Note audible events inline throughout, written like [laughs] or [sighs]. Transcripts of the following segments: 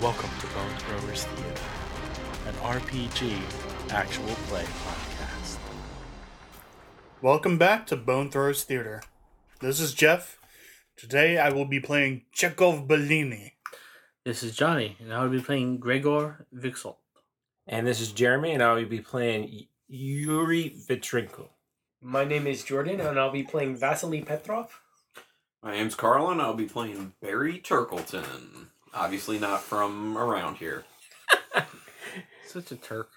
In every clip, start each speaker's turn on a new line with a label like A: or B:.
A: Welcome to Bone Throwers Theater, an RPG actual play podcast.
B: Welcome back to Bone Throwers Theater. This is Jeff. Today I will be playing Chekhov Bellini.
C: This is Johnny, and I will be playing Gregor Vixel.
D: And this is Jeremy, and I will be playing Y- Yuri Vitrinko.
E: My name is Jordan, and I'll be playing Vasily Petrov.
F: My name's Carl, and I'll be playing Barry Turkleton. Obviously, not from around here.
C: [laughs] Such a Turk.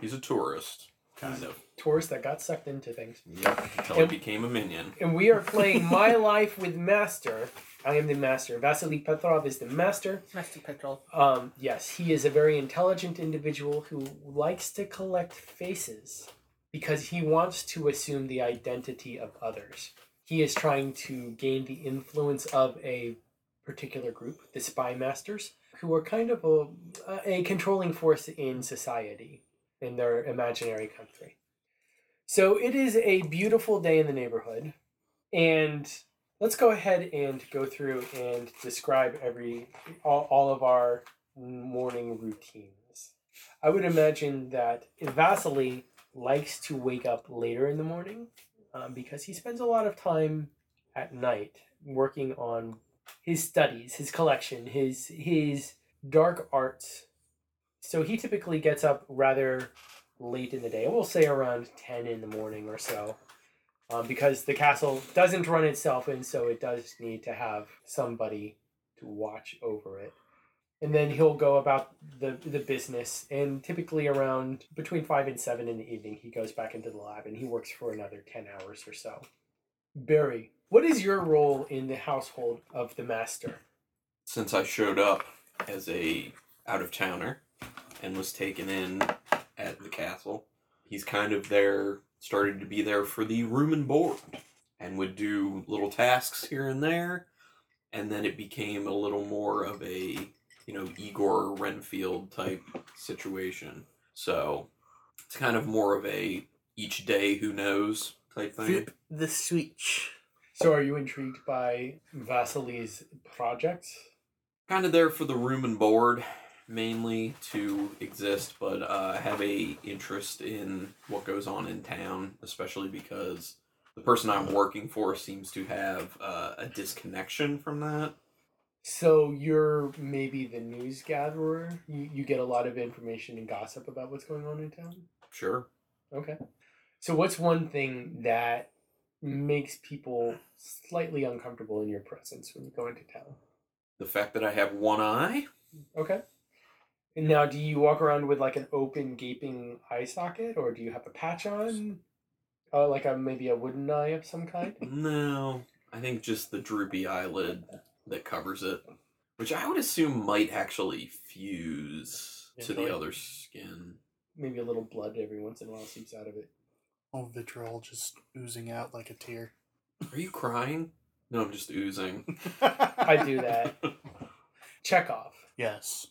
F: He's a tourist, kind of.
E: Tourist that got sucked into things.
F: Yep. Until he
E: And-
F: became a minion.
E: And we are playing My Life with Master. I am the master. Vasily Petrov is the master.
C: Master Petrol.
E: Um, yes, he is a very intelligent individual who likes to collect faces because he wants to assume the identity of others. He is trying to gain the influence of a particular group, the spy masters, who are kind of a, a controlling force in society, in their imaginary country. So it is a beautiful day in the neighborhood, and let's go ahead and go through and describe every all, all of our morning routines i would imagine that vasily likes to wake up later in the morning um, because he spends a lot of time at night working on his studies his collection his his dark arts so he typically gets up rather late in the day we'll say around 10 in the morning or so um, because the castle doesn't run itself, and so it does need to have somebody to watch over it. And then he'll go about the the business, and typically around between five and seven in the evening, he goes back into the lab and he works for another ten hours or so. Barry, what is your role in the household of the master?
F: Since I showed up as a out of towner and was taken in at the castle, he's kind of there, started to be there for the room and board, and would do little tasks here and there. And then it became a little more of a, you know, Igor Renfield type situation. So it's kind of more of a each day who knows type thing.
C: Flip the switch.
E: So, are you intrigued by Vasily's projects?
F: kind of there for the room and board mainly to exist but uh, have a interest in what goes on in town especially because the person i'm working for seems to have uh, a disconnection from that
E: So you're maybe the news gatherer. You you get a lot of information and gossip about what's going on in town.
F: sure
E: Okay. So what's one thing that makes people slightly uncomfortable in your presence when you go into town?
F: the fact that i have one eye
E: Okay. And now, do you walk around with like an open, gaping eye socket, or do you have a patch on, uh, like a maybe a wooden eye of some kind?
F: no i think just the droopy eyelid that covers it which i would assume might actually fuse to the
C: Eventually.
F: other skin
E: Maybe a little blood every once in a while seeps out of it.
B: All vitriol just oozing out like a tear.
F: are you crying no i'm just oozing [laughs]
B: I
E: I do that. Chekhov.
B: [laughs] Yes.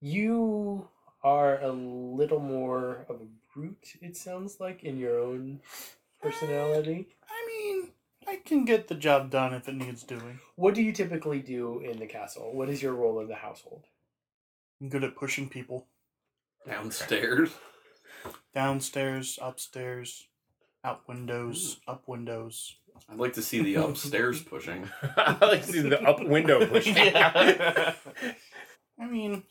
E: You are a little more of a brute, it sounds like, in your own personality.
B: I mean, I can get the job done if it needs doing.
E: What do you typically do in the castle? What is your role in the household? [laughs]
B: I'm good at pushing people
F: downstairs
B: downstairs, upstairs, out windows, up windows.
F: I'd like to see the upstairs pushing.
D: [laughs] I like to see the up
C: [laughs]
D: window push.
B: Yeah. I mean,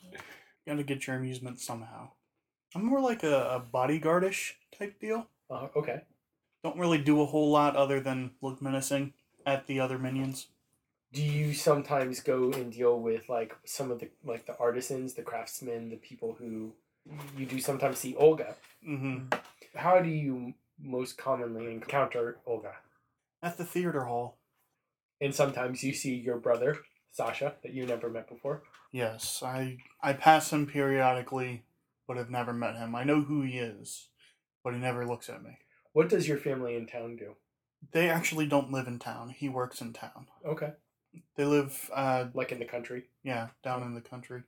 B: gotta get your amusement somehow. I'm more like a, a bodyguardish type deal.
E: Uh, okay.
B: Don't really do a whole lot other than look menacing at the other minions.
E: Do you sometimes go and deal with like some of the like the artisans, the craftsmen, the people who you do sometimes see Olga?
B: hmm
E: How do you most commonly encounter Olga?
B: At the theater hall.
E: And sometimes you see your brother Sasha, that you never met before.
B: Yes, I I pass him periodically, but have never met him. I know who he is, but he never looks at me.
E: What does your family in town do?
B: They actually don't live in town. He works in town.
E: Okay,
B: They live, uh,
E: like in the country.
B: yeah, down in the country.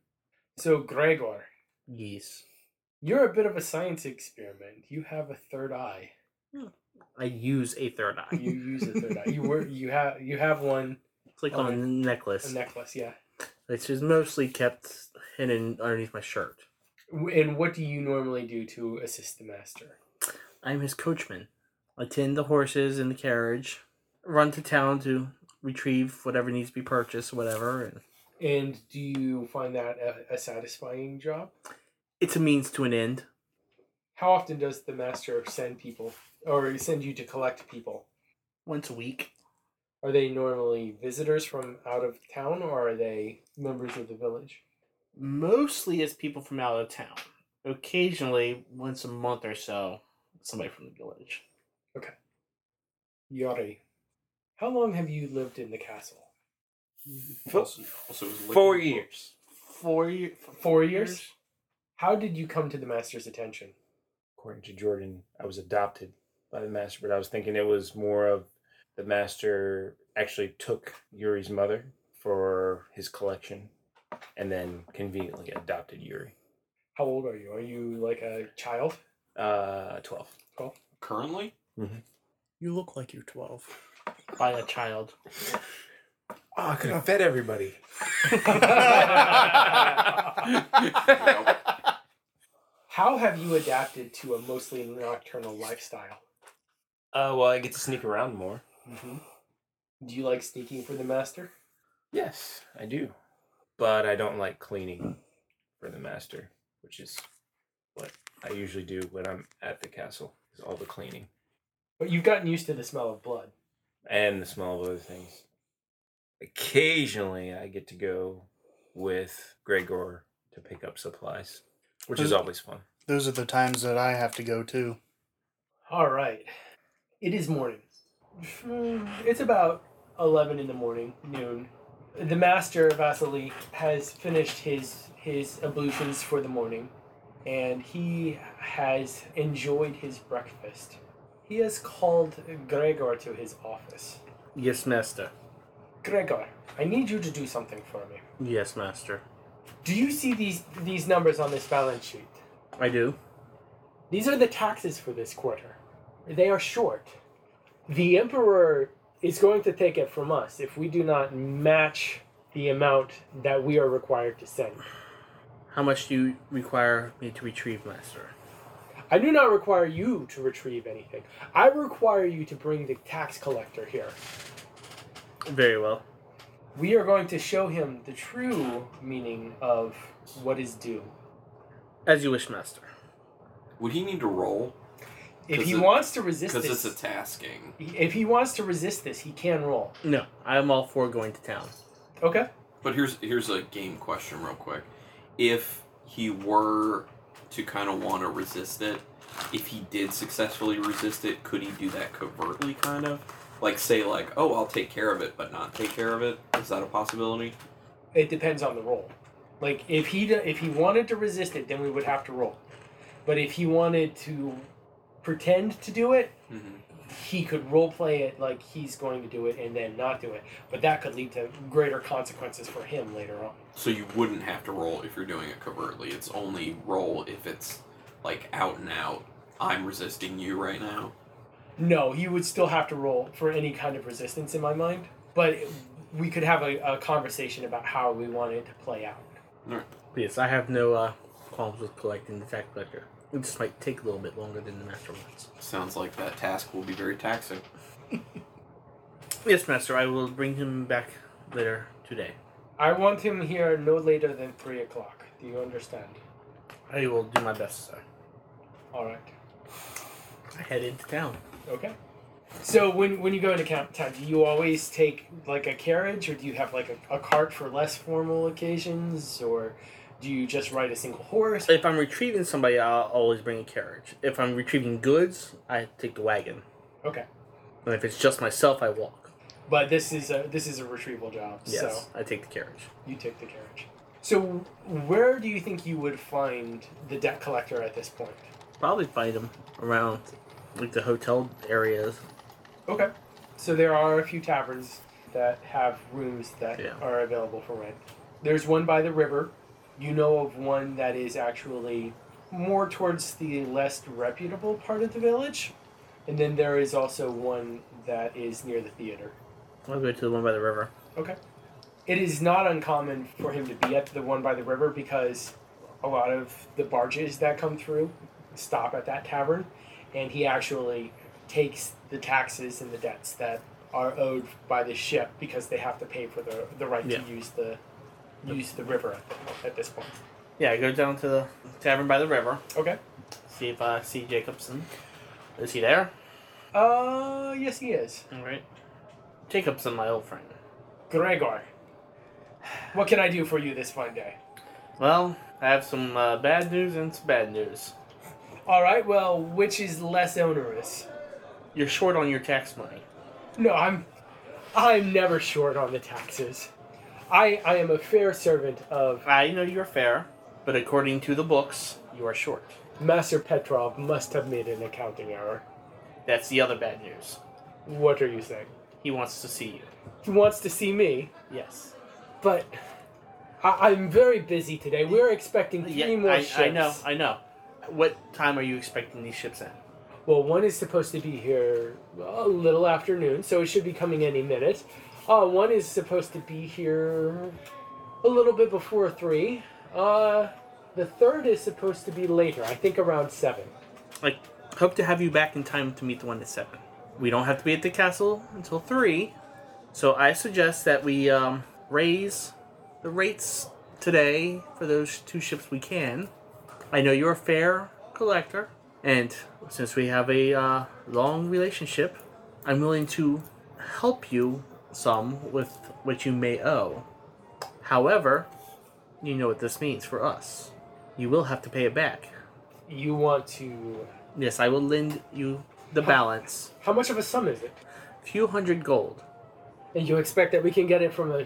E: So, Gregor,
C: Yes.
E: you're a bit of a science experiment. You have a third eye.
C: I use a third eye.
D: [laughs]
E: You use a third eye. You were you have you have one
C: It's
D: Oh,
C: like on a
E: Okay. a
C: necklace.
E: necklace, yeah.
C: It's is mostly kept hidden underneath my shirt.
E: W- And what do you normally do to assist the master?
C: I'm his coachman. I tend the horses in the carriage, run to town to retrieve whatever needs to be purchased, whatever. And
E: And do you find that a, a satisfying job?
C: it's a means to an end.
E: How often does the master send people or send you to collect people?
C: Once a week.
E: Are they normally visitors from out of town or are they members of the village?
C: Mostly it's people from out of town. Occasionally, once a month or so, somebody from the village.
E: Yori, how long have you lived in the castle?
D: Fo-
F: Also- also was looking-
D: Four years.
C: Four, year,
E: Four years? How did you come to the master's attention?
D: According to Jordan, I was adopted by the master, but I was thinking it was more of the master actually took Yuri's mother for his collection and then conveniently adopted Yuri.
E: How old are you? Are you like a child?
D: Uh, 12. [laughs]
F: Currently?
B: You look like you're 12.
C: By a child.
D: Oh, I could have fed everybody.
E: How have you adapted to a mostly nocturnal lifestyle?
D: Uh, well, I get to sneak around more.
E: Do you like sneaking for the master?
D: Yes, I do. But I don't like cleaning for the master, which is what I usually do when I'm at the castle, is all the cleaning
E: But you've gotten used to the smell of blood.
D: and the smell of other things. Occasionally, I get to go with Gregor to pick up supplies, which is
B: Mm.
D: always fun.
B: Those are the times that I have to go too.
E: All right. It is morning. Mm, It's about 11 in the morning, noon. The master Vasily has finished his his ablutions for the morning and he has enjoyed his breakfast. He has called Gregor to his office.
C: Yes, master.
E: Gregor, I need you to do something for me.
C: Yes, master.
E: Do you see these these numbers on this balance sheet?
C: I do.
E: These are the taxes for this quarter. They are short. The emperor is going to take it from us if we do not match the amount that we are required to send.
C: How much do you require me to retrieve, master?
E: I do not require you to retrieve anything. I require you to bring the tax collector here.
C: Very well.
E: We are going to show him the true meaning of what is due.
C: As you wish, master.
F: Would he need to roll?
E: If
F: 'Cause
E: he
F: it-
E: wants to resist
F: Because it's
E: this,
F: a tasking.
E: if he wants to resist this, he can roll.
C: No, I'm all for going to town.
E: Okay.
F: But here's here's a game question real quick. If he were to kind of want to resist it, if he did successfully resist it, could he do that covertly kind of? Like say like, "Oh, I'll take care of it," but not take care of it? Is that a possibility?
E: It depends on the roll. Like if he d- if he wanted to resist it, then we would have to roll. But if he wanted to pretend to do it,
F: Mhm.
E: he could role play it like he's going to do it and then not do it. But that could lead to greater consequences for him later on.
F: So you wouldn't have to roll if you're doing it covertly. It's only roll if it's like out and out. I'm resisting you right now.
E: No, he would still have to roll for any kind of resistance in my mind. But we could have a, a conversation about how we want it to play out.
C: But yes, I have no uh, qualms with collecting the tax collector. It just might take a little bit longer than the master wants.
F: Sounds like that task will be very taxing.
C: Yes, master. I will bring him back later today.
E: I want him here no later than three o'clock. Do you understand?
C: I will do my best, sir.
E: All right.
C: I head into town.
E: Okay. So when when you go into count town, do you always take like a carriage, or do you have like a, a cart for less formal occasions, or do you just ride a single horse?
C: If I'm retrieving somebody, I'll always bring a carriage. If I'm retrieving goods, I take the wagon.
E: Okay.
C: And if it's just myself, I walk.
E: But this is a this is a retrieval job. So
C: Yes, I take the carriage.
E: you take the carriage. So where do you think you would find the debt collector at this point?
C: Probably find them around like the hotel areas.
E: Okay. So there are a few taverns that have rooms that
C: Yeah.
E: are available for rent. There's one by the river. You know of one that is actually more towards the less reputable part of the village. And then there is also one that is near the theater.
C: I'll go to the one by the river.
E: It is not uncommon for him to be at the one by the river because a lot of the barges that come through stop at that tavern, and he actually takes the taxes and the debts that are owed by the ship because they have to pay for the, the right
C: Yeah.
E: to use the use the river at, the, at this point.
C: Yeah, I go down to the tavern by the river.
E: Okay.
C: See if I see Jacobson. Is he there?
E: Uh, yes, he is
C: All right. Jacobson, my old friend.
E: Gregor. What can I do for you this fine day?
C: Well, I have some uh, bad news and some bad news.
E: All right. Well, which is less onerous?
C: You're short on your tax money.
E: No, I'm I'm never short on the taxes. I I am a fair servant of
C: I know you're fair, but according to the books, you are short.
E: Master Petrov must have made an accounting error.
C: That's the other bad news.
E: What are you saying?
C: He wants to see you.
E: He wants to see me,
C: Yes.
E: but I, I'm very busy today. We're expecting three
C: Yeah,
E: more
C: I,
E: ships.
C: I know, I know. What time are you expecting these ships at?
E: Well, one is supposed to be here a little after noon, so it should be coming any minute. Uh, one is supposed to be here a little bit before three. Uh, the third is supposed to be later. I think around seven.
C: Like, hope to have you back in time to meet the one at seven. We don't have to be at the castle until three, so I suggest that we um, raise the rates today for those two ships we can. I know you're a fair collector, and since we have a uh, long relationship, I'm willing to help you some with what you may owe. However, you know what this means for us. You will have to pay it back.
E: You want to?
C: Yes, I will lend you the balance.
E: How much of a sum is it?
C: Few hundred gold.
E: And you expect that we can get it from a,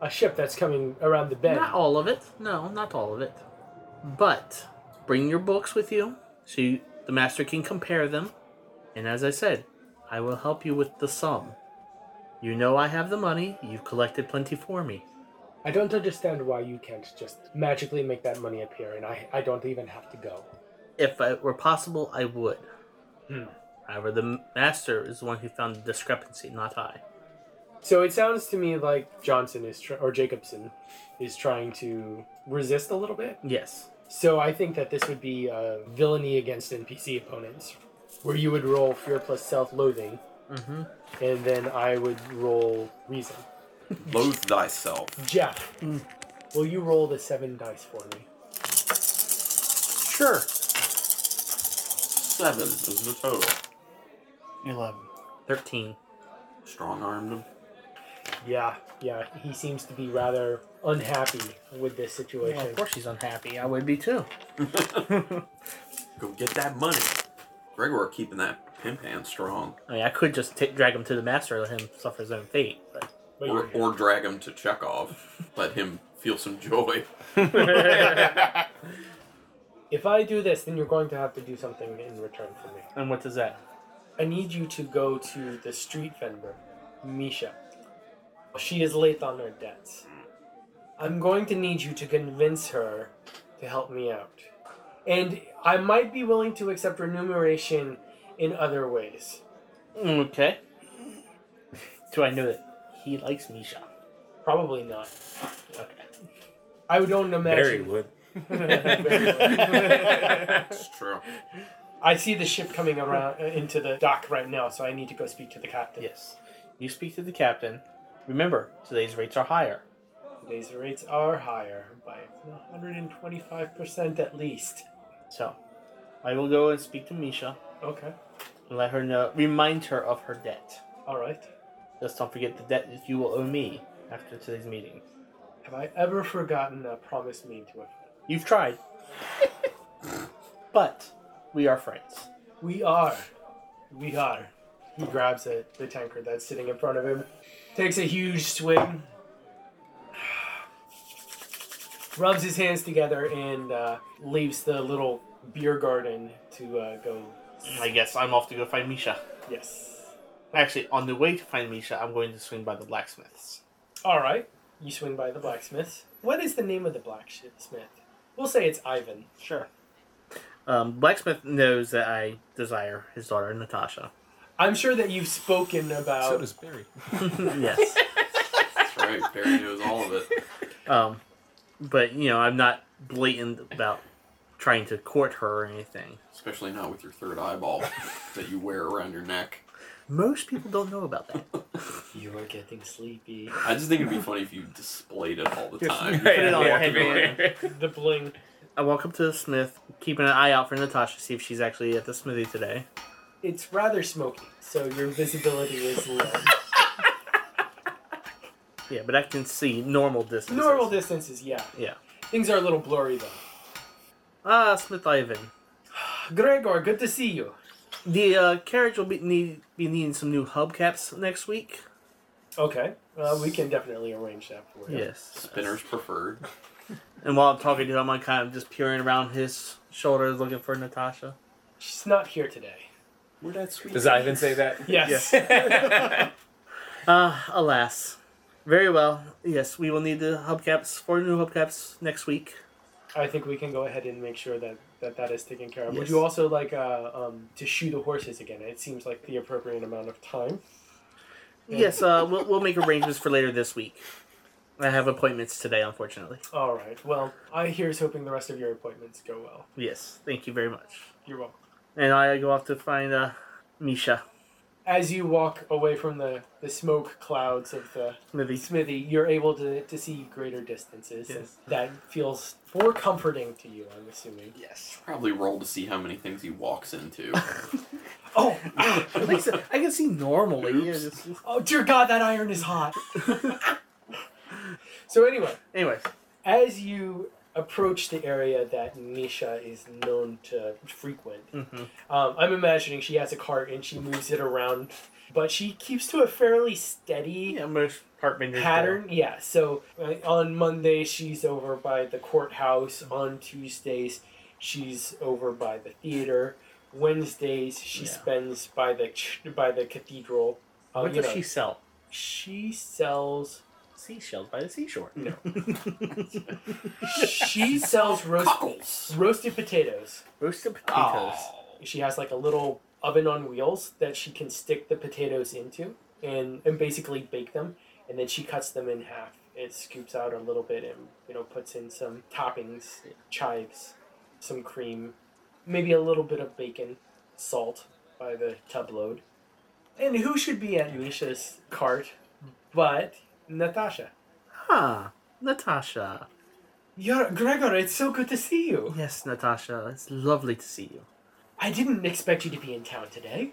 E: a ship that's coming around the bend?
C: Not all of it. No, not all of it. But bring your books with you so you, the master can compare them. And as I said, I will help you with the sum. You know I have the money. You've collected plenty for me.
E: I don't understand why you can't just magically make that money appear, and I I don't even have to go.
C: If it were possible, I would.
E: Hmm.
C: However, the master is the one who found the discrepancy, not I.
E: So it sounds to me like Johnson is tr- or Jacobson is trying to resist a little bit.
C: Yes.
E: So I think that this would be uh, villainy against NPC opponents, where you would roll fear plus self-loathing,
C: Mm-hmm.
E: and then I would roll reason.
F: Loathe thyself.
E: Jeff, will you roll the seven dice for me?
C: Sure.
F: Seven is the total.
B: Eleven.
C: Thirteen.
F: Strong armed him.
E: Yeah, yeah. He seems to be rather unhappy with this situation.
C: Well, of course she's unhappy. I would be too.
F: Go get that money. Gregor keeping that pimp hand strong.
C: I mean, I could just t- drag him to the master and let him suffer his own fate, but
E: But
F: Or, or drag him to Chekhov. Let him feel some joy. [laughs]
E: if I do this, then you're going to have to do something in return for me.
C: and what does that?
E: I need you to go to the street vendor, Misha. She is late on her debts. I'm going to need you to convince her to help me out. And I might be willing to accept remuneration in other ways.
C: Okay. [laughs] Do I know that he likes Misha?
E: Probably not.
C: Okay.
E: I don't
D: Barry
E: imagine.
D: would.
F: It's true.
E: [laughs] I see the ship coming around uh, into the dock right now, so I need to go speak to the captain.
C: Yes. You speak to the captain. Remember, today's rates are higher.
E: Today's rates are higher by 125% at least.
C: So, I will go and speak to Misha
E: Okay.
C: and let her know, remind her of her debt.
E: All right.
C: Just don't forget the debt that you will owe me after today's meeting.
E: Have I ever forgotten a promise made to a friend?
C: You've [laughs] tried. but we are friends.
E: We are. We are. He grabs it, the tankard that's sitting in front of him, takes a huge swig, rubs his hands together, and uh, leaves the little beer garden to uh, go.
C: I guess I'm off to go find Misha.
E: Yes.
C: Actually, on the way to find Misha, I'm going to swing by the blacksmiths.
E: All right. You swing by the blacksmith. What is the name of the blacksmith? We'll say it's Ivan.
C: Sure. Um, blacksmith knows that I desire his daughter Natasha.
E: I'm sure that you've spoken about.
G: So does Barry.
C: yes.
F: That's right. Barry knows all of it.
C: Um, [laughs] but you know, I'm not blatant about trying to court her or anything.
F: Especially not with your third eyeball that you wear around your neck.
C: Most people don't know about [laughs] that.
E: you are getting sleepy.
F: I just think it'd be funny if you displayed it all the time.
C: Put it on a
F: Walk
C: headband.
E: the bling.
C: I walk up to the smith, keeping an eye out for Natasha, see if she's actually at the smithy today.
E: It's rather smoky, so your visibility is low.
C: Yeah, but I can see normal distance.
E: Normal distances, yeah.
C: Yeah.
E: Things are a little blurry though.
C: Ah, Smith Ivan.
E: Gregor, good to see you.
C: The uh, carriage will be need be needing some new hubcaps next week.
E: Okay. Uh, we can definitely arrange that for you.
C: Yes.
F: Spinners preferred.
C: And while I'm talking to him, I'm kind of just peering around his shoulders looking for Natasha.
E: She's not here today.
F: Where that sweet?
D: Does Ivan say that?
E: Yes.
C: Ah, alas. Very well. Yes, we will need the hubcaps, four new hubcaps next week.
E: [laughs] I think we can go ahead and make sure that that, that is taken care of. Would
C: Yes.
E: you also like uh, um, to shoe the horses again? It seems like the appropriate amount of time.
C: Yes, uh, we'll, we'll make arrangements for later this week. I have appointments today, unfortunately.
E: All right. Well, I here's hoping the rest of your appointments go well.
C: Yes, thank you very much.
E: You're welcome.
C: And I go off to find uh, Misha.
E: As you walk away from the, the smoke clouds of the
C: Maybe.
E: smithy, you're able to, to see greater distances. and
C: Yes.
E: That feels more comforting to you, I'm assuming.
C: Yes.
F: Probably roll to see how many things he walks into.
E: Oh,
C: At least I can see normally.
F: Oops.
C: Yeah, just-
E: oh dear God, that iron is hot. so anyway,
C: [laughs] Anyways,
E: as you approach the area that Misha is known to frequent,
C: hmm
E: um, I'm imagining she has a cart and she moves it around, but she keeps to a fairly steady
C: yeah, most part vendors do.
E: pattern yeah so uh, on monday she's over by the courthouse on tuesdays she's over by the theater wednesdays she
C: Yeah.
E: spends by the ch- by the cathedral Uh,
C: What
E: you
C: does
E: know,
C: she sell?
E: she sells
C: Seashells by the seashore. No. [laughs]
E: she sells roast,
F: Cockles.
E: roasted potatoes
C: Roasted potatoes.
E: she has like a little oven on wheels that she can stick the potatoes into and, and basically bake them and then she cuts them in half it scoops out a little bit and you know puts in some toppings chives some cream maybe a little bit of bacon salt by the tub load and who should be at misha's cart but natasha
C: Ah, Natasha.
E: You're, Gregor, it's so good to see you.
C: Yes, Natasha. It's lovely to see you.
E: I didn't expect you to be in town today.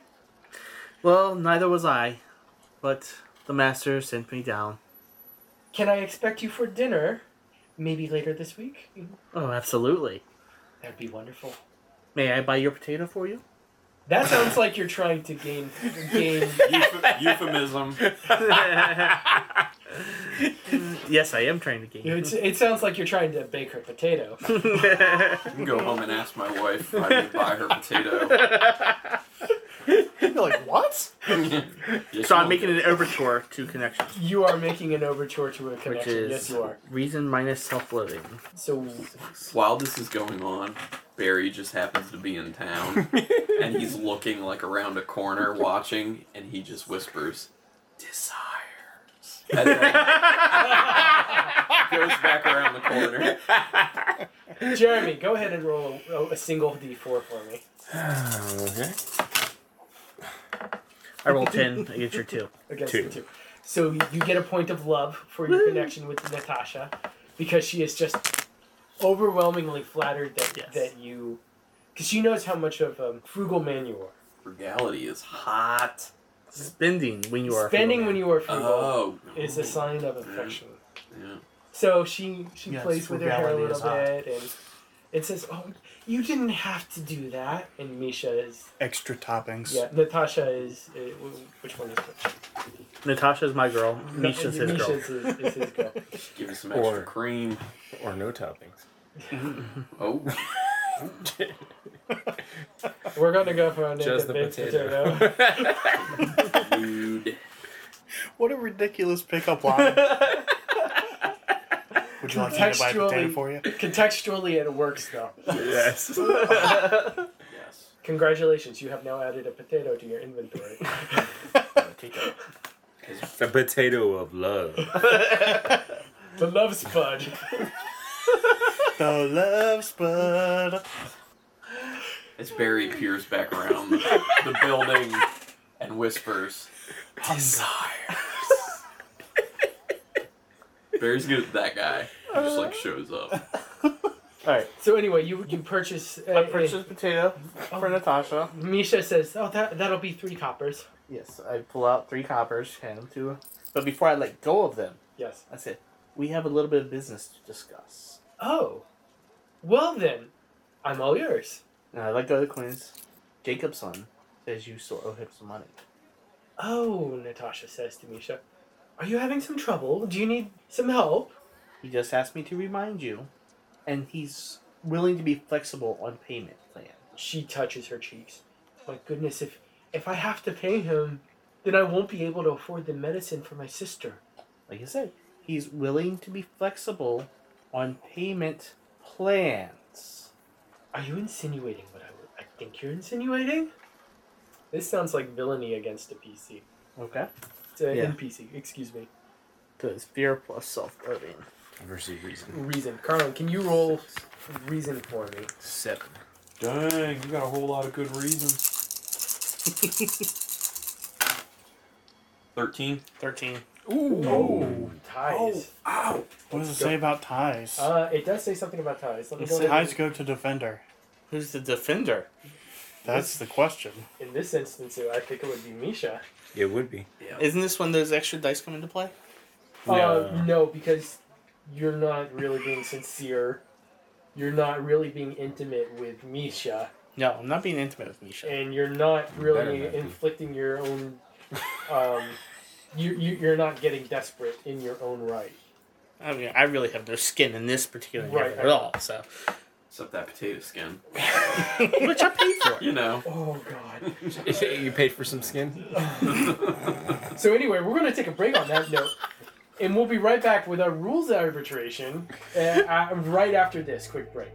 C: Well, neither was I, but the master sent me down.
E: Can I expect you for dinner? Maybe later this week?
C: Oh, absolutely.
E: That'd be wonderful.
C: May I buy your potato for you? [laughs]
E: That sounds like you're trying to gain gain.
F: Euph- euphemism.
C: yes, Mm, I am trying to get
E: It's, it sounds like you're trying to bake her potato.
C: [laughs]
F: I
C: you.
F: can go home and ask my wife if I would buy her potato.
B: You're like, what?
F: [laughs] Yes,
C: so
F: you
C: I'm making
F: will.
C: an overture to connection,
E: You are making an overture to a
C: which
E: connection.
C: is
E: Yes, you are.
C: reason minus self-loathing.
E: So
F: While this is going on, Barry just happens to be in town, and he's looking like around a corner, watching, and he just whispers, "Desires." And then [laughs] goes back around the corner.
E: Jeremy, go ahead and roll a, a single d4 for me.
D: okay.
C: I roll
E: [laughs]
C: ten. I get your two.
E: against
D: Two.
E: the two. So you get a point of love for your connection with Natasha because she is just overwhelmingly flattered that
C: Yes.
E: that you because she knows how much of a frugal man you are.
F: Frugality is hot.
C: Spending when you are
E: Spending when you are frugal
F: Oh,
E: is a sign of affection.
F: Yeah.
E: So she she
B: Yes,
E: plays with her hair a
B: frugality
E: little
B: is hot.
E: bit and It says, "Oh, you didn't have to do that." And Misha is,
B: Extra toppings.
E: yeah, Natasha is. Uh, wh- which one is which?
C: Natasha's my girl. Misha's his girl.
E: Misha's his, is his girl.
F: Give us some extra
D: Or-
F: cream.
D: Or no [laughs] toppings.
F: Oh, [laughs]
E: We're gonna go for a
D: Just the
E: baked
D: potato.
F: dude.
B: What a ridiculous pickup line. Would you like me to buy a potato
E: Textually.
B: for you?
E: Contextually, it works though.
D: [laughs] yes.
F: Yes.
E: Congratulations, you have now added a potato to your inventory.
D: The potato of love.
E: the love spud.
B: The love spud.
F: As Barry peers back around the, the building and whispers, "Desires." Barry's good at that guy. He just like shows up.
C: All right.
E: So anyway, you you purchase. Uh,
C: I purchased potato
E: Oh.
C: for Natasha.
E: Misha says, "Oh, that that'll be three coppers."
C: Yes, I pull out three coppers, hand them to her. But before I let go of them,
E: Yes.
C: I said, "We have a little bit of business to discuss."
E: Oh, well then, I'm all yours.
C: And I let go of the coins. Jacob's son says you still owe him some money.
E: Oh, Natasha says to Misha, "Are you having some trouble? Do you need some help?"
C: He just asked me to remind you, and he's willing to be flexible on payment plan.
E: She touches her cheeks. My goodness, if if I have to pay him, then I won't be able to afford the medicine for my sister.
C: Like I said, he's willing to be flexible on payment plans.
E: Are you insinuating what I would? I think you're insinuating. This sounds like villainy against a PC.
C: Okay.
E: It's an
C: Yeah.
E: NPC, excuse me.
C: Because fear plus self-loathing.
D: Versus reason.
E: Reason. Carlin, can you roll reason for me?
D: Seven.
F: Dang, you got a whole lot of good reasons. Thirteen.
C: Thirteen.
B: Ooh.
E: Oh,
C: Oh.
E: Ties.
F: Ow!
B: What does it say about ties?
E: Uh, it does say something about ties. Let me
B: It
E: go
B: says
E: ahead and-
B: ties go to defender.
C: Who's the defender?
B: That's the question.
E: In this instance, I think it would be Misha.
D: It would be.
C: Isn't this when those extra dice come into play?
E: Uh, no, because you're not really being sincere. You're not really being intimate with Misha,
C: No, I'm not being intimate with Misha.
E: and you're not
D: better not
E: really
D: be.
E: inflicting your own. Um, [laughs] you, you you're not getting desperate in your own right.
C: I mean, I really have no skin in this particular
E: Right,
C: game
E: right.
C: at all. So,
F: Except that potato skin.
C: which I paid for.
F: You know.
E: Oh God.
D: you paid for some skin?
E: [laughs] so anyway, we're gonna take a break on that note. And we'll be right back with our rules arbitration uh, uh, right after this quick break.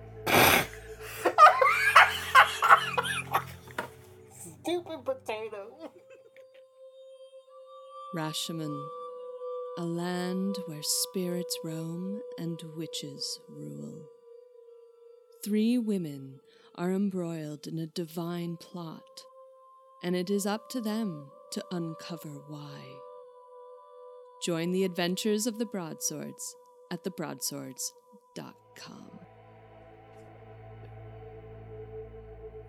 G: Rashomon, a land where spirits roam and witches rule. Three women are embroiled in a divine plot, and it is up to them to uncover why. Join the adventures of the Broadswords at thebroadswords.com.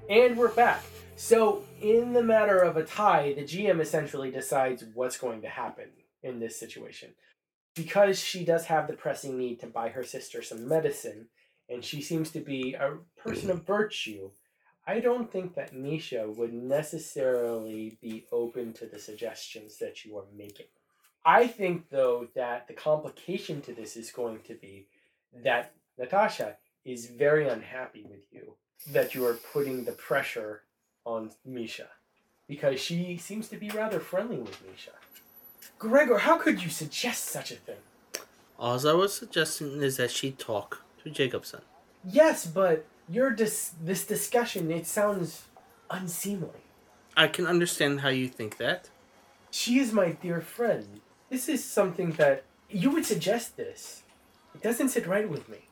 E: And we're back. So, in the matter of a tie, the GM essentially decides what's going to happen in this situation. Because she does have the pressing need to buy her sister some medicine, and she seems to be a person of virtue, I don't think that Misha would necessarily be open to the suggestions that you are making. I think, though, that the complication to this is going to be that Natasha is very unhappy with you that you are putting the pressure on Misha because she seems to be rather friendly with Misha. Gregor, how could you suggest such a thing?
C: All I was suggesting is that she talk to Jacobson.
E: Yes, but your dis- this discussion it sounds unseemly.
C: I can understand how you think that.
E: She is my dear friend. This is something that you would suggest this. It doesn't sit right with me.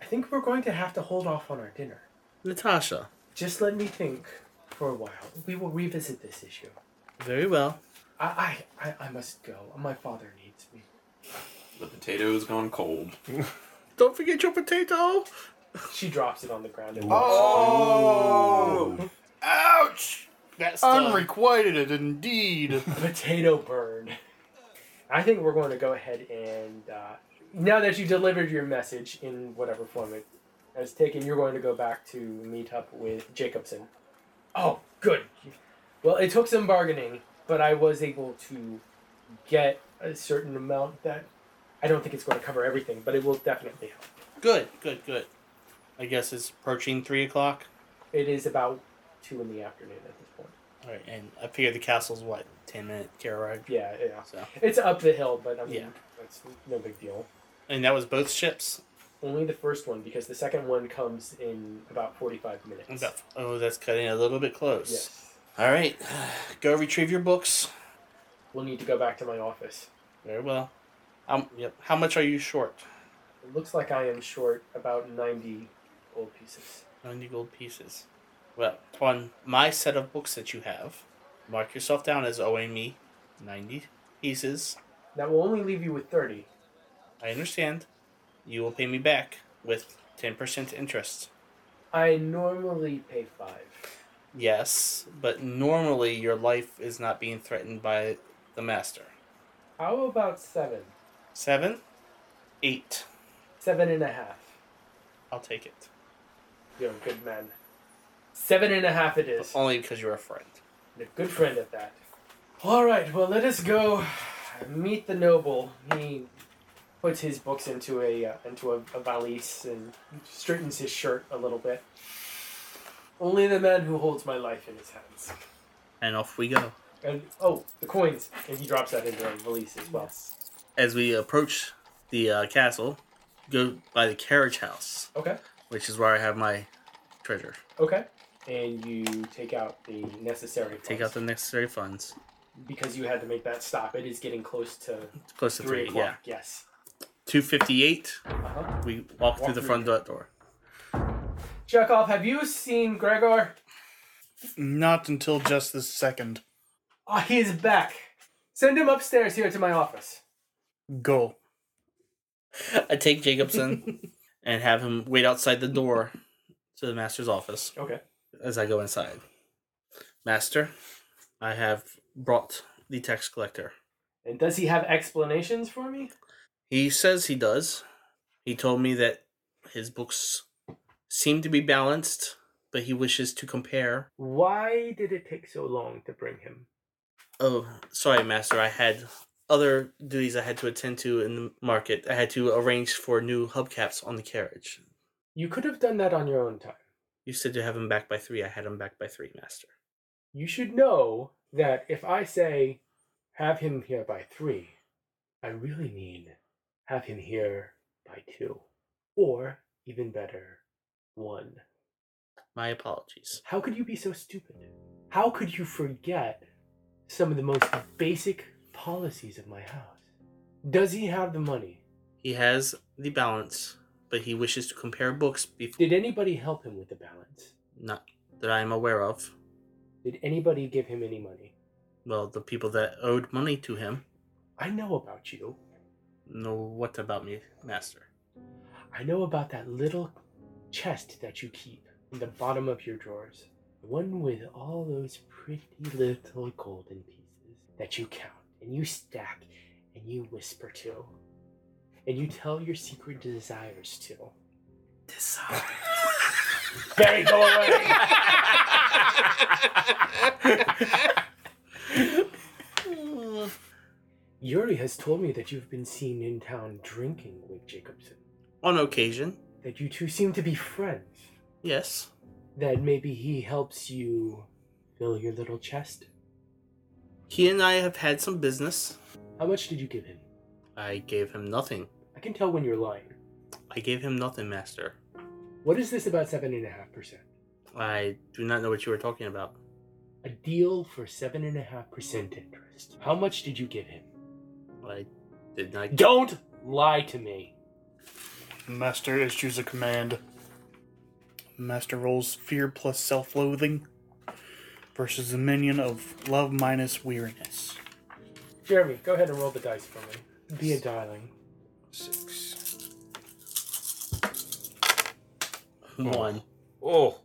E: I think we're going to have to hold off on our dinner.
C: Natasha,
E: Just let me think for a while. We will revisit this issue.
C: very well.
E: I, I, I, I must go. My father needs me.
F: The potato has gone cold.
C: Don't forget your potato.
E: She drops it on the ground. And
B: Oh!
F: Ouch!
C: That's
B: Unrequited indeed.
E: [laughs] Potato burn. I think we're going to go ahead and uh, now that you delivered your message in whatever form it I was taking you're going to go back to meet up with Jacobson. Oh, good. Well, it took some bargaining, but I was able to get a certain amount that I don't think it's going to cover everything, but it will definitely help.
C: Good, good, good. I guess it's approaching three o'clock.
E: It is about two in the afternoon at this point.
C: All right, and I figure the castle's what ten minute car ride.
E: Yeah, yeah.
C: So,
E: It's up the hill, but I mean,
C: Yeah.
E: that's no big deal.
C: and that was both ships.
E: Only the first one because the second one comes in about forty-five minutes.
C: Okay. Oh, that's cutting a little bit close.
E: Yes,
C: All right, [sighs] go retrieve your books.
E: we'll need to go back to my office.
C: Very well. Um, yep. How much are you short?
E: It looks like I am short about ninety gold pieces.
C: Ninety gold pieces. Well, on my set of books that you have, mark yourself down as owing me ninety pieces.
E: That will only leave you with thirty.
C: I understand. You will pay me back with ten percent interest.
E: I normally pay five.
C: Yes, but normally your life is not being threatened by the master.
E: How about seven?
C: Seven, eight.
E: Seven and a half.
C: I'll take it.
E: You're a good man. Seven and a half it
C: But
E: is.
C: only because you're a friend.
E: And a good friend at that. All right, well, let us go meet the noble. He puts his books into a uh, into a, a valise and straightens his shirt a little bit. Only the man who holds my life in his hands.
C: And off we go.
E: And oh, the coins, and he drops that into a valise as well.
C: As we approach the uh, castle, go by the carriage house,
E: Okay,
C: which is where I have my treasure.
E: okay. And you take out the necessary.
C: Take
E: funds.
C: out the necessary funds.
E: because you had to make that stop. It is getting close to
C: It's close to
E: three
C: three. yeah.
E: o'clock. Yes.
C: Two fifty eight.
E: Uh-huh.
C: We walk, through
E: Walk
C: the
E: through
C: front door.
E: Chekhov, have you seen Gregor?
B: [laughs] Not until just this second.
E: Ah, he is back. Send him upstairs here to my office.
B: Go.
C: I take [laughs] Jacobson and have him wait outside the door to the master's office.
E: Okay.
C: as I go inside. Master, I have brought the tax collector.
E: And does he have explanations for me?
C: He says he does. He told me that his books seem to be balanced, but he wishes to compare.
E: Why did it take so long to bring him?
C: Oh, sorry, Master. I had other duties I had to attend to in the market. I had to arrange for new hubcaps on the carriage.
E: You could have done that on your own time.
C: You said to have him back by three. I had him back by three, Master.
E: You should know that if I say have him here by three, I really mean have him here by two. Or, even better, one.
C: My apologies.
E: How could you be so stupid? How could you forget some of the most basic policies of my house? Does he have the money?
C: He has the balance, but he wishes to compare books before.
E: Did anybody help him with the balance?
C: Not that I am aware of.
E: Did anybody give him any money?
C: Well, the people that owed money to him
E: I know about you.
C: know what about me, master?
E: I know about that little chest that you keep in the bottom of your drawers. The One with all those pretty little golden pieces that you count and you stack and you whisper to. And you tell your secret desires to. Desires. Barry, go away! Yuri has told me that you've been seen in town drinking with Jacobson.
C: [laughs] On occasion,
E: That you two seem to be friends.
C: yes.
E: That maybe he helps you fill your little chest.
C: He and I have had some business.
E: How much did you give him?
C: I gave him nothing.
E: I can tell when you're lying.
C: I gave him nothing, master.
E: What is this about 7.5%?
C: I do not know what you were talking about.
E: A deal for 7.5% interest. How much did you give him?
C: I did not.
E: Don't lie to me.
B: Master issues a command. Master rolls fear plus self loathing versus the minion of love minus weariness.
E: Jeremy, go ahead and roll the dice for me. Be a darling.
D: Six.
B: Hmm.
C: One.
D: Oh,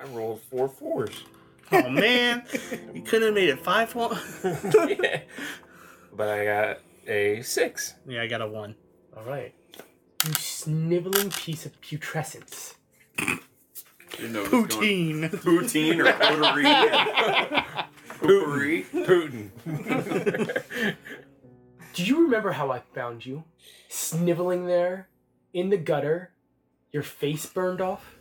D: I rolled four fours.
C: Oh man, you couldn't have made it five one.
D: But I got a six.
C: [laughs] yeah, I got a one.
E: All right. You sniveling piece of putrescence.
F: Didn't know it was going-
B: Poutine.
F: poutine or potpourri. potpourri.
D: Putin.
E: Do you remember how I found you? Sniveling there, in the gutter, your face burned off?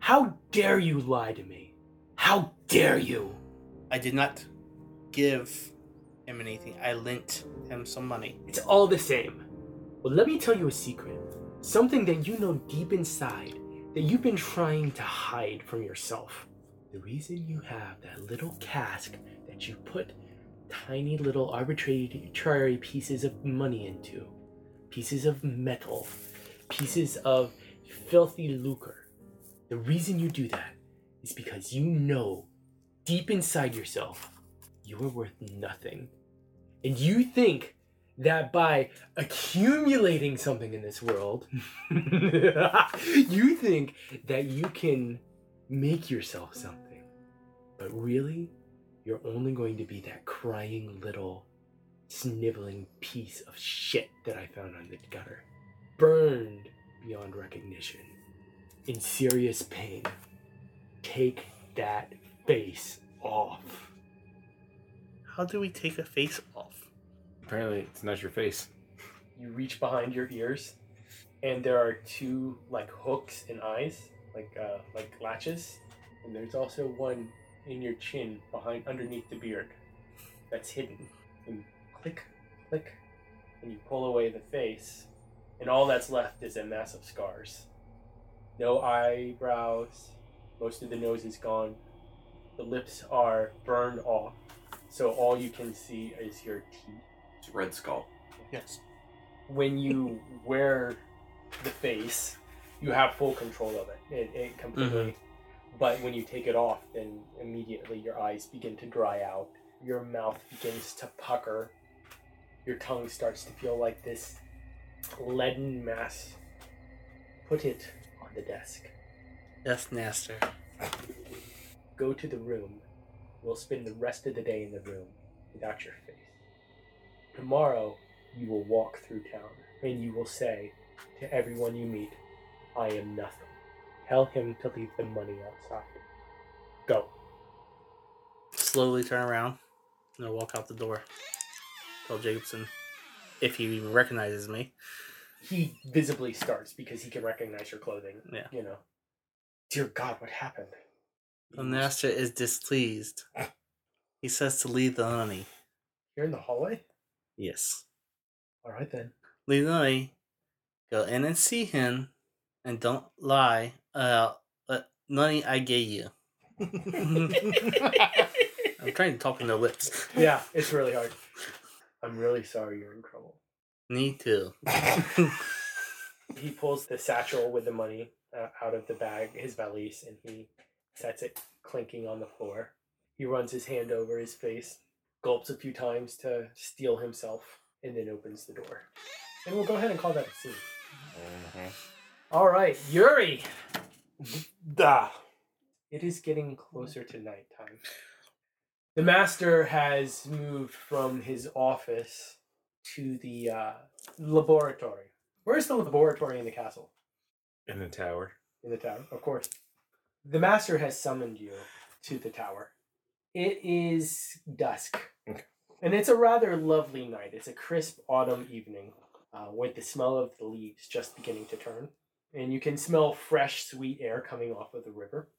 E: How dare you lie to me? How dare you?
B: I did not give him anything. I lent him some money.
E: It's all the same. Well, let me tell you a secret. Something that you know deep inside that you've been trying to hide from yourself. The reason you have that little cask that you put tiny little arbitrary pieces of money into, pieces of metal, pieces of filthy lucre. The reason you do that is because you know deep inside yourself you are worth nothing. And you think that by accumulating something in this world, you think that you can make yourself something. But really, you're only going to be that crying little sniveling piece of shit that I found on the gutter. Burned beyond recognition, in serious pain. Take that face off.
C: How do we take a face off?
D: Apparently, it's not your face.
E: you reach behind your ears and there are two like hooks and eyes like uh like latches and there's also one in your chin behind underneath the beard that's hidden and click click and you pull away the face and all that's left is a mass of scars no eyebrows most of the nose is gone the lips are burned off so all you can see is your teeth
F: It's Red Skull.
B: [laughs] Yes.
E: when you wear the face, you have full control of it. It, it completely. But when you take it off, then immediately your eyes begin to dry out. Your mouth begins to pucker. Your tongue starts to feel like this leaden mass. Put it on the desk.
B: That's nasty.
E: Go to the room. We'll spend the rest of the day in the room without your face. Tomorrow, you will walk through town and you will say to everyone you meet, I am nothing. Tell him to leave the money outside. Go.
C: Slowly turn around and I walk out the door. Tell Jacobson if he even recognizes me.
E: He visibly starts because he can recognize your clothing.
C: Yeah.
E: You know. Dear God, what happened?
C: The master is displeased. He says to leave the honey.
E: You're in the hallway?
C: Yes.
E: Alright then.
C: Leave the honey. Go in and see him and don't lie about the money I gave you. I'm trying to talk in the lips.
E: Yeah, it's really hard. I'm really sorry you're in trouble.
C: Need to.
E: he pulls the satchel with the money uh, out of the bag, his valise, and he sets it clinking on the floor. He runs his hand over his face, gulps a few times to steel himself, and then opens the door. And we'll go ahead and call that a scene. All right, Yuri.
B: Da.
E: It is getting closer to nighttime. The master has moved from his office to the uh, laboratory. Where's the laboratory in the castle?
D: In the tower.
E: in the tower, of course. The master has summoned you to the tower. It is dusk,
D: Okay.
E: and it's a rather lovely night. It's a crisp autumn evening uh, with the smell of the leaves just beginning to turn, and you can smell fresh, sweet air coming off of the river.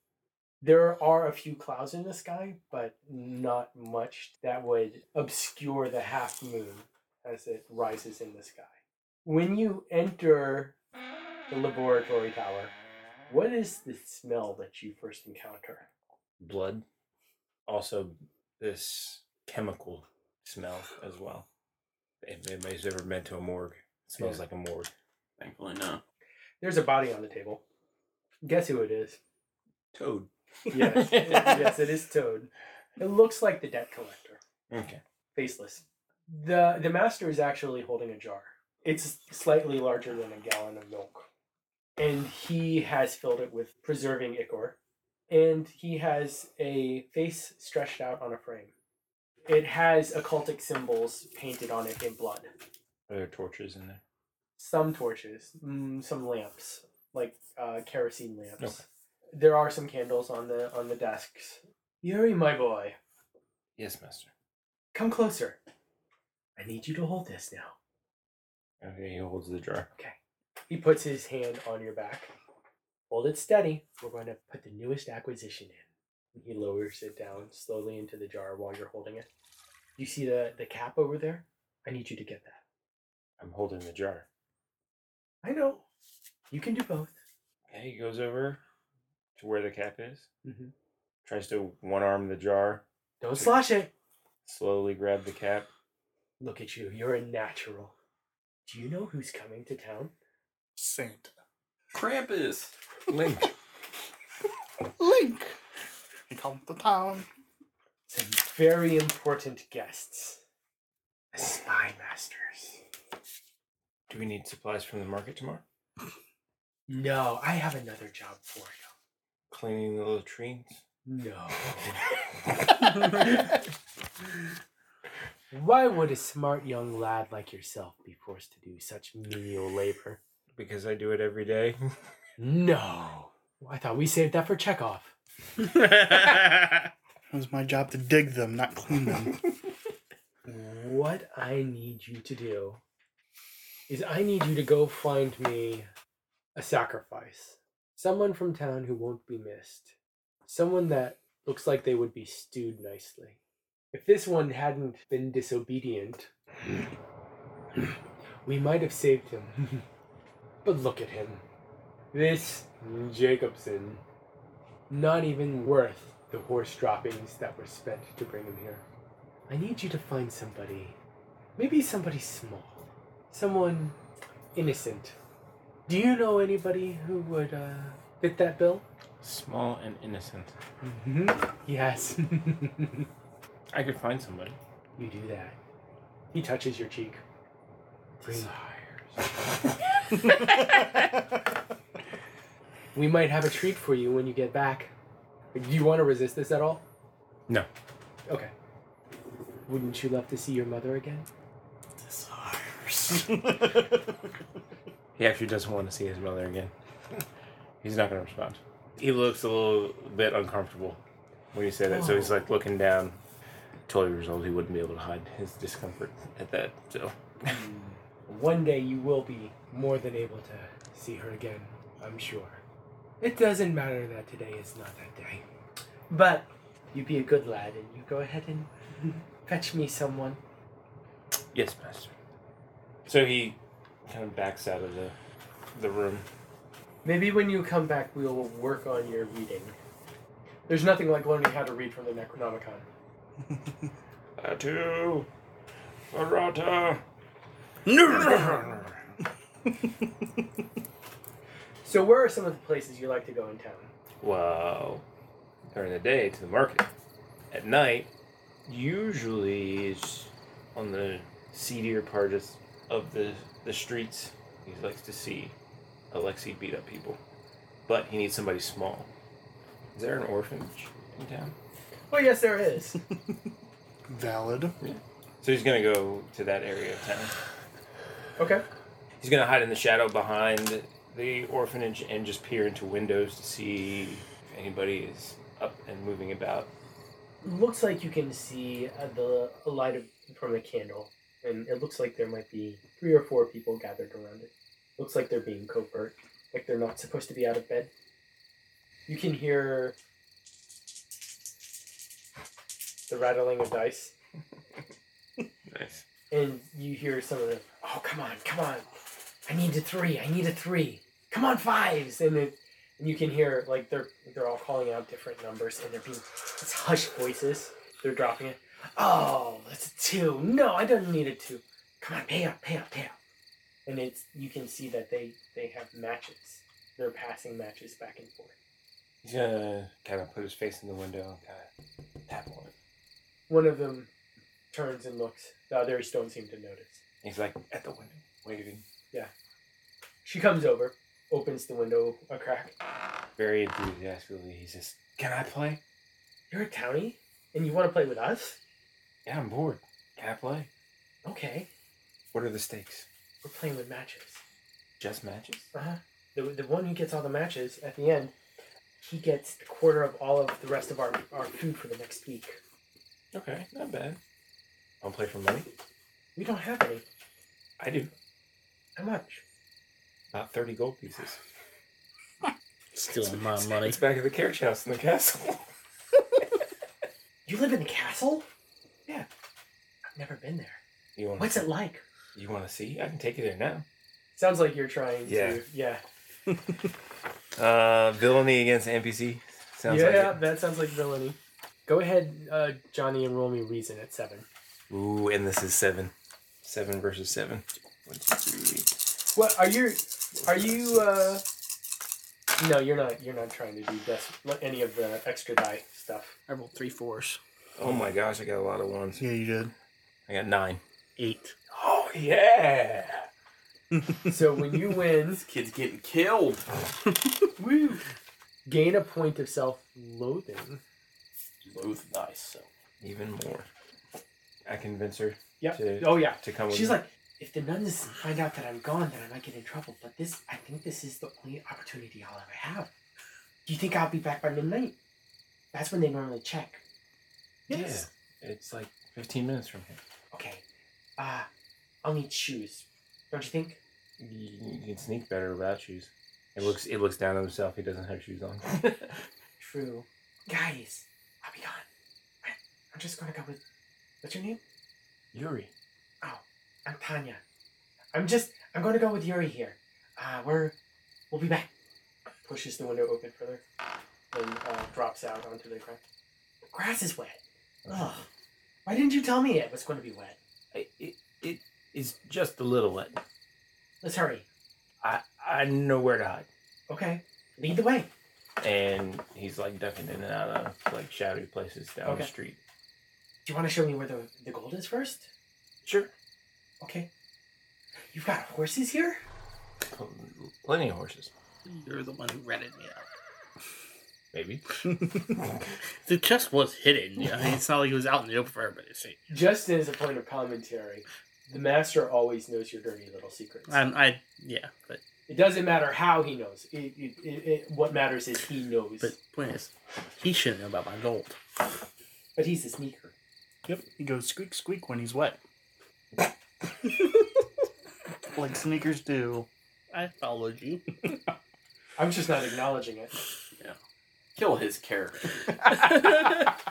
E: There are a few clouds in the sky, but not much that would obscure the half moon as it rises in the sky. When you enter the laboratory tower, what is the smell that you first encounter?
D: Blood. Also, this chemical smell as well. If anybody's ever been to a morgue, it smells
E: Yeah.
D: like a morgue.
F: Thankfully, no.
E: There's a body on the table. Guess who it is?
F: Toad.
E: Yes, yes, it is Toad. It looks like the debt collector,
D: Okay.
E: faceless. the The master is actually holding a jar. It's slightly larger than a gallon of milk, and he has filled it with preserving ichor, and he has a face stretched out on a frame. It has occultic symbols painted on it in blood.
D: Are there torches in there?
E: some torches, mm, some lamps, like uh, kerosene lamps. There are some candles on the on the desks. Yuri, my boy,
D: Yes, master.
E: come closer. I need you to hold this now.
D: Okay, he holds the jar.
E: He puts his hand on your back. Hold it steady. We're going to put the newest acquisition in. He lowers it down slowly into the jar while you're holding it. You see the, the cap over there? I need you to get that.
D: I'm holding the jar.
E: I know. You can do both.
D: Okay, he goes over to where the cap is,
E: Mhm.
D: tries to one arm the jar,
E: Don't slosh it.
D: slowly grab the cap.
E: Look at you. You're a natural. Do you know who's coming to town?
B: Santa.
F: Krampus.
D: Link.
B: Link! He comes to town.
E: Some very important guests. The spy masters.
D: Do we need supplies from the market tomorrow?
E: No, I have another job for you.
D: Cleaning the latrines?
E: No. [laughs] Why would a smart young lad like yourself be forced to do such menial labor?
D: because I do it every day. [laughs]
E: No. I thought we saved that for Chekhov.
B: It was my job to dig them, not clean [laughs] them.
E: What I need you to do is I need you to go find me a sacrifice. Someone from town who won't be missed. Someone that looks like they would be stewed nicely. If this one hadn't been disobedient, we might have saved him. but look at him. This Jacobson, not even worth the horse droppings that were spent to bring him here. I need you to find somebody. Maybe somebody small. Someone innocent. Do you know anybody who would uh, fit that bill?
D: Small and innocent.
E: Mm-hmm. Yes. you
D: I could find somebody.
E: do that. He touches your cheek. Bring- We might have a treat for you when you get back. Do you want to resist this at all?
D: No.
E: Okay. Wouldn't you love to see your mother again?
D: He actually doesn't want to see his mother [laughs] again. He's not going to respond. He looks a little bit uncomfortable when you say that. So he's like looking down. 12 years old, he wouldn't be able to hide his discomfort at that. So
E: One day you will be more than able to see her again, I'm sure. It doesn't matter that today is not that day. But you be a good lad and you go ahead and fetch me someone.
D: Yes, master. So he kind of backs out of the the room.
E: Maybe when you come back, we will work on your reading. There's nothing like learning how to read from the Necronomicon.
D: Atu, Arata.
E: So, where are some of the places you like to go in town?
D: Well, during the day to the market. At night, usually is on the seedier part of, of the the streets. He likes to see Alexei beat up people, but he needs somebody small. Is there an orphanage in town?
E: Oh, yes, there is.
B: Valid.
D: So he's gonna go to that area of town.
E: okay.
D: He's gonna hide in the shadow behind the orphanage and just peer into windows to see if anybody is up and moving about.
E: Looks like you can see uh, the light of, from a candle, and it looks like there might be three or four people gathered around it. Looks like they're being covert, like they're not supposed to be out of bed. You can hear the rattling of dice,
D: Nice.
E: and you hear some of them. Oh, come on, come on! I need a three. I need a three. Come on, fives! And then and you can hear like they're they're all calling out different numbers, and they're being it's hushed voices. They're dropping it. Oh, that's a two. No, I don't need a two. Come on, pay up, pay up, pay up. And it's you can see that they they have matches. They're passing matches back and forth.
D: He's gonna kind of put his face in the window and kind of tap on it.
E: One of them turns and looks. The others don't seem to notice.
D: He's like at the window, waving,
E: She comes over, opens the window a crack,
D: very enthusiastically. He says, "Can I play?
E: You're a townie, and you want to play with us?
D: Yeah, I'm bored. Can I play?
E: Okay,
D: What are the stakes?
E: we're playing with matches.
D: Just matches?
E: Uh-huh. The, the one who gets all the matches at the end, he gets a quarter of all of the rest of our, our food for the next week.
D: Okay, not bad. I'll play for money.
E: We don't have any.
D: I do.
E: How much?
D: About 30 gold pieces.
H: Stealing my money.
D: It's back at the carriage house in the castle. [laughs]
E: You live in the castle?
D: Yeah.
E: I've never been there.
D: You want
E: What's it like?
D: You want to see? I can take you there now.
E: Sounds like you're trying
D: Yeah.
E: to. Yeah.
D: Uh, villainy against NPC. Sounds
E: yeah, that sounds like villainy. Go ahead, uh, Johnny, and roll me reason at seven.
D: it. Ooh, and this is seven. Seven versus seven. One, two, three.
E: What are you? Are you? uh No, you're not. You're not trying to do this. Any of the extra die stuff.
C: I rolled three fours.
D: Oh my gosh, I got a lot of ones.
B: Yeah, you did.
D: I got nine.
C: Eight.
D: Oh yeah.
E: So when you win,
F: This kid's getting killed.
E: woo, gain a point of self-loathing.
F: Loathe thyself.
D: Even more. I convince her
E: Yep.
D: To-
E: oh yeah.
D: to come with
E: She's
D: me.
E: like, if the nuns find out that I'm gone, then I might get in trouble. But this, I think this is the only opportunity I'll ever have. Do you think I'll be back by midnight? That's when they normally check. Yes.
D: Yeah. It's like 15 minutes from here.
E: Okay. Uh, I'll need shoes. Don't you think?
D: You, you can sneak better without shoes. It looks it looks down on himself. He doesn't have shoes [laughs] on.
E: True. Guys, I'll be gone. I, I'm just gonna go with. What's your name?
D: Yuri.
E: Oh, I'm Tanya. I'm just. I'm gonna go with Yuri here. Uh, we're. We'll be back. Pushes the window open further, and uh, drops out onto the ground. Uh-huh. The grass is wet. Ugh. Why didn't you tell me it was going to be wet?
H: It, it, it is just a little wet.
E: Let's hurry.
D: I I know where to hide.
E: Okay. Lead the way.
D: And he's like ducking in and out of like shadowy places down
E: Okay.
D: the street.
E: Do you want to show me where the, the gold is first?
D: Sure.
E: Okay. You've got horses here?
D: Plenty of horses.
C: You're the one who rented [laughs] me out.
D: Maybe.
C: The chest was hidden. Yeah, I mean, it's not like it was out in the open for everybody
B: [laughs]
C: to see.
E: Just as a point of commentary, the master always knows your dirty little secrets.
C: Um, I yeah, but
E: it doesn't matter how he knows. It, it, it, it, what matters is he knows.
C: but
E: But,
C: point is, he shouldn't know about my gold.
E: he's a sneaker.
B: Yep. He goes squeak squeak when he's [laughs] wet. like sneakers do.
C: I
B: [laughs]
C: followed [laughs] you.
E: I'm just not acknowledging it.
F: Kill his character.
E: Wow,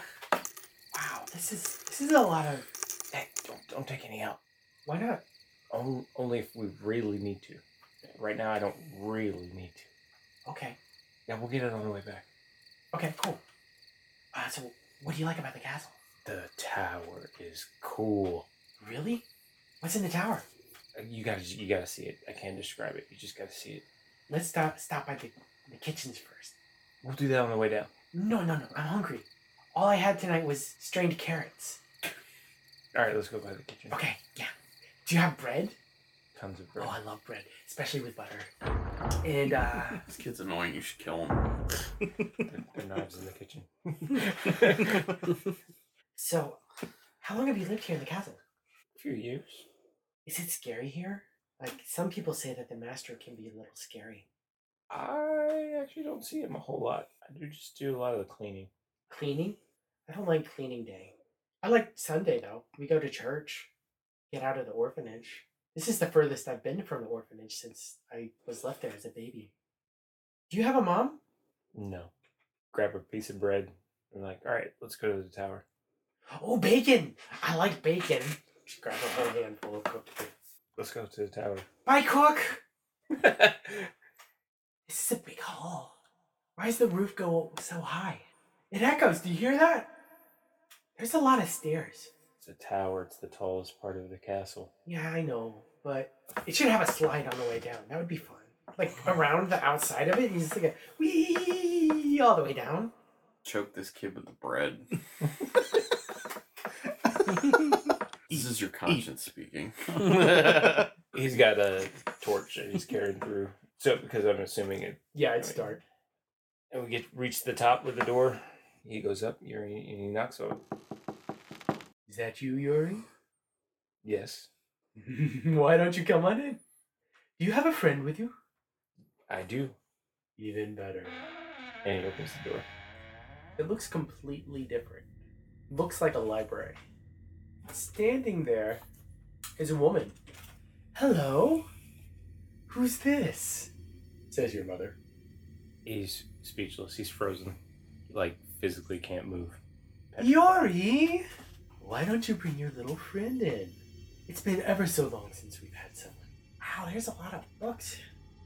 E: this is this is a lot of.
D: Hey, don't don't take any out.
E: Why not?
D: On- Oh, Only if we really need to. Right now, I don't really need to.
E: Okay.
D: Yeah, we'll get it on the way back.
E: Okay. Cool. Uh, so, what do you like about the castle?
D: The tower is cool.
E: Really? What's in the tower?
D: You gotta you gotta see it. I can't describe it. You just gotta see it.
E: Let's stop stop by the, the kitchens first.
D: We'll do that on the way down.
E: No, no, no. I'm hungry. All I had tonight was strained carrots.
D: All right, let's go by the kitchen.
E: Okay. Yeah. Do you have bread?
D: Tons of bread.
E: Oh, I love bread, especially with butter. And uh,
F: This kid's annoying. You should kill him.
D: There- [laughs] there are knives in the kitchen.
E: so, how long have you lived here in the castle?
D: A few years.
E: Is it scary here? Like some people say that the master can be a little scary.
D: I actually don't see him a whole lot. I do just do a lot of the cleaning.
E: Cleaning? I don't like cleaning day. I like Sunday though. We go to church, get out of the orphanage. This is the furthest I've been from the orphanage since I was left there as a baby. Do you have a mom?
D: No. Grab a piece of bread and like, all right, let's go to the tower.
E: Oh, bacon! I like bacon. She grabs a whole handful of cooked bacon.
D: Let's go to the tower.
E: Bye, cook!
D: [laughs]
E: This is a big hall. Why does the roof go so high? It echoes. Do you hear that? There's a lot of stairs.
D: it's a tower. It's the tallest part of the castle.
E: Yeah, I know, but it should have a slide on the way down. That would be fun.
D: [laughs]
E: Like around the outside of it, you just like a wee all the way down.
F: Choke this kid with the bread. this is your conscience speaking.
D: He's got a torch that he's carrying through. So because I'm assuming it
E: Yeah,
D: it's dark. and we get reach the top with the door. He goes up, Yuri, and he knocks on. it.
E: Is
D: [laughs]
E: that you, Yuri?
D: Yes.
E: Why don't you come on in? Do you have a friend with you?
D: I do. Even better. And he opens the door.
E: It looks completely different. Looks like a library. Standing there is a woman. Hello? Who's this? Says your mother.
D: He's speechless. He's frozen. Like physically can't move.
E: Yori! Why don't you bring your little friend in? It's been ever so long since we've had someone. Wow, there's a lot of books,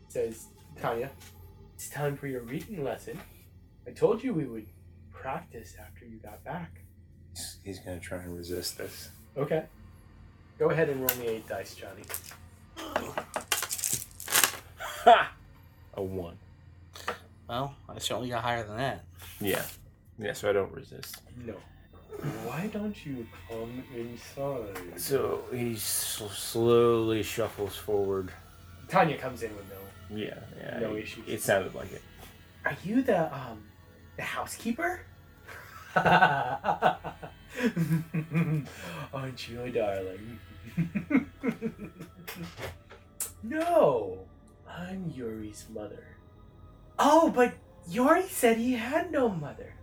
E: says Tanya. It's time for your reading lesson. I told you we would practice after you got back.
D: He's, he's gonna try and resist this.
E: Okay. Go ahead and roll me eight dice, Johnny.
D: A one.
H: Well, I certainly got higher than that.
D: Yeah. Yeah, so I don't resist.
E: No. Why don't you come inside?
D: So he s- slowly shuffles forward.
E: Tanya comes in with no.
D: Yeah, yeah.
E: No
D: it-
E: issues.
D: It sounded like it.
E: Are you the um the housekeeper? [laughs] Aren't you a darling? [laughs] no, I'm Yuri's mother. Oh, but Yuri said he had no mother.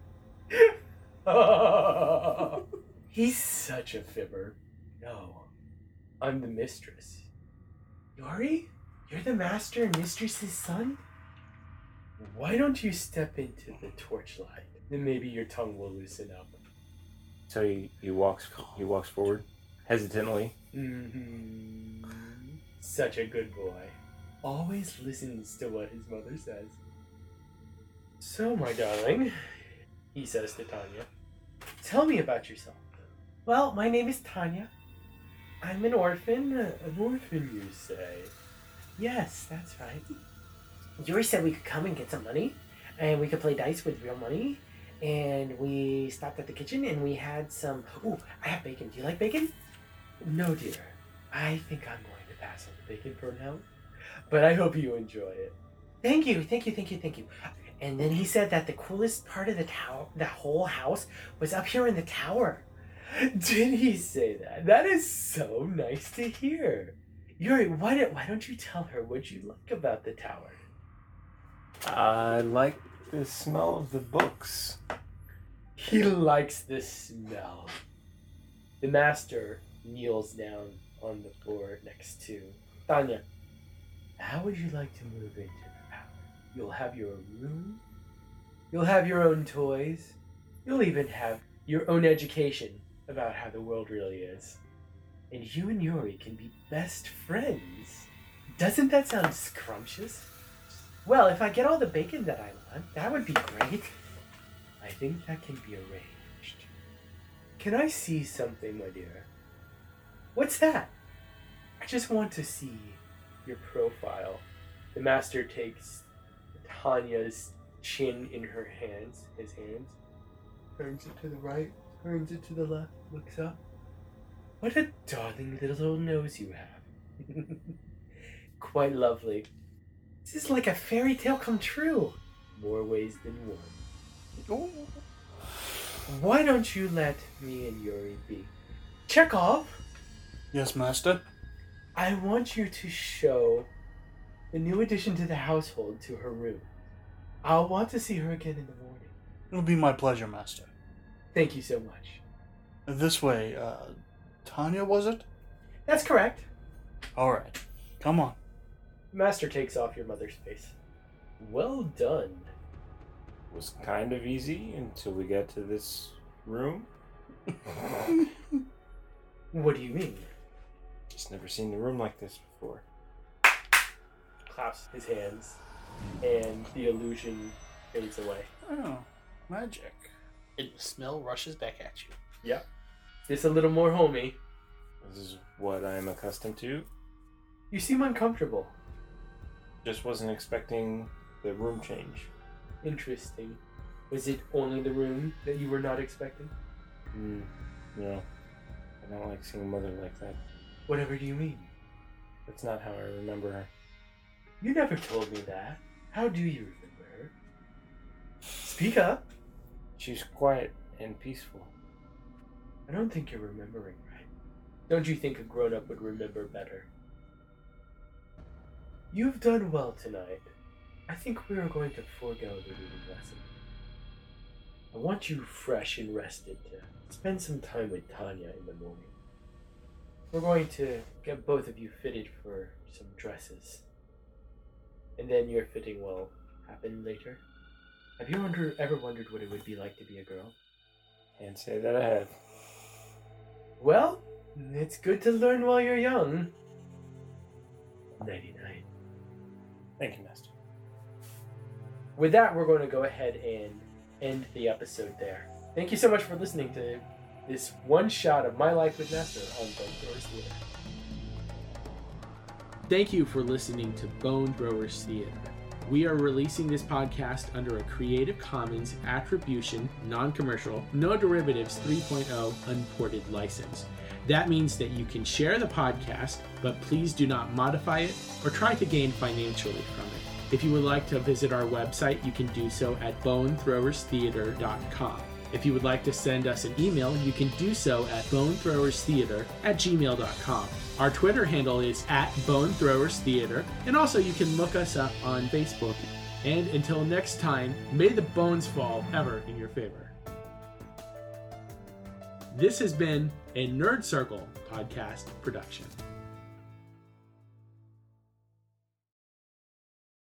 E: [laughs] He's such a fibber. No, I'm the mistress. Yuri? You're the master and mistress's son? Why don't you step into the torchlight? Then maybe your tongue will loosen up.
D: So he, he walks he walks forward hesitantly.
E: Mm-hmm. Such a good boy. Always listens to what his mother says. So, my darling, he says to Tanya, tell me about yourself. Well, my name is Tanya. I'm an orphan. uh, An orphan, you say? Yes, that's right. Yuri said we could come and get some money, and we could play dice with real money. And we stopped at the kitchen and we had some. Ooh, I have bacon. Do you like bacon? No, dear. I think I'm going to pass on the bacon for now. But I hope you enjoy it. Thank you, thank you, thank you, thank you. And then he said that the coolest part of the tower, the whole house, was up here in the tower. [laughs] Did he say that? That is so nice to hear. Yuri, why, don't why don't you tell her what you like about the tower?
D: I like the smell of the books.
E: He likes the smell. The master kneels down on the floor next to Tanya. How would you like to move into the palace? You'll have your own room. You'll have your own toys. You'll even have your own education about how the world really is. And you and Yuri can be best friends. Doesn't that sound scrumptious? Well, if I get all the bacon that I want, that would be great. I think that can be arranged. Can I see something, my dear? What's that? I just want to see your profile. The master takes Tanya's chin in her hands, his hands, turns it to the right, turns it to the left, looks up. What a darling little nose you have. [laughs] Quite lovely. This is like a fairy tale come true. More ways than one. Why don't you let me and Yuri be? Chekhov,
B: Yes, master.
E: I want you to show the new addition to the household to her room. I'll want to see her again in the morning.
B: It'll be my pleasure, master.
E: Thank you so much.
B: This way, uh, Tanya, was it?
E: That's correct.
B: All right. Come on.
E: Master takes off your mother's face. Well done.
D: was kind of easy until we got to this room.
E: What do you mean?
D: Just never seen the room like this before.
E: Claps his hands, and the illusion fades away.
B: Oh, magic.
H: And the smell rushes back at you.
E: Yep. Just a little more homey.
D: This is what I'm accustomed to.
E: You seem uncomfortable.
D: Just wasn't expecting the room change.
E: Interesting. Was it only the room that you were not expecting?
D: Mm, no, I don't like seeing mother like that.
E: Whatever do you mean?
D: That's not how I remember her.
E: You never told me that. How do you remember her? Speak up.
D: She's quiet and peaceful.
E: I don't think you're remembering right. Don't you think a grown up would remember better? You've done well tonight. I think we are going to forego the reading lesson. I want you fresh and rested to spend some time with Tanya in the morning. We're going to get both of you fitted for some dresses. And then your fitting will happen later. Have you wonder, ever wondered what it would be like to be a girl?
D: And say that I have.
E: Well, it's good to learn while you're young. Nighty night.
D: Thank you, Master.
E: with that, we're going to go ahead and end the episode there. Thank you so much for listening to this one shot of my life with Nestor on Bone Throwers Theater.
A: Thank you for listening to Bone Throwers Theater. We are releasing this podcast under a Creative Commons Attribution, Non Commercial, No Derivatives 3.0 Unported license. That means that you can share the podcast, but please do not modify it or try to gain financially from it. If you would like to visit our website, you can do so at bonethrowerstheater.com. If you would like to send us an email, you can do so at bonethrowerstheater at gmail.com. Our Twitter handle is at bonethrowerstheater, and also you can look us up on Facebook. And until next time, may the bones fall ever in your favor. This has been a Nerd Circle podcast production.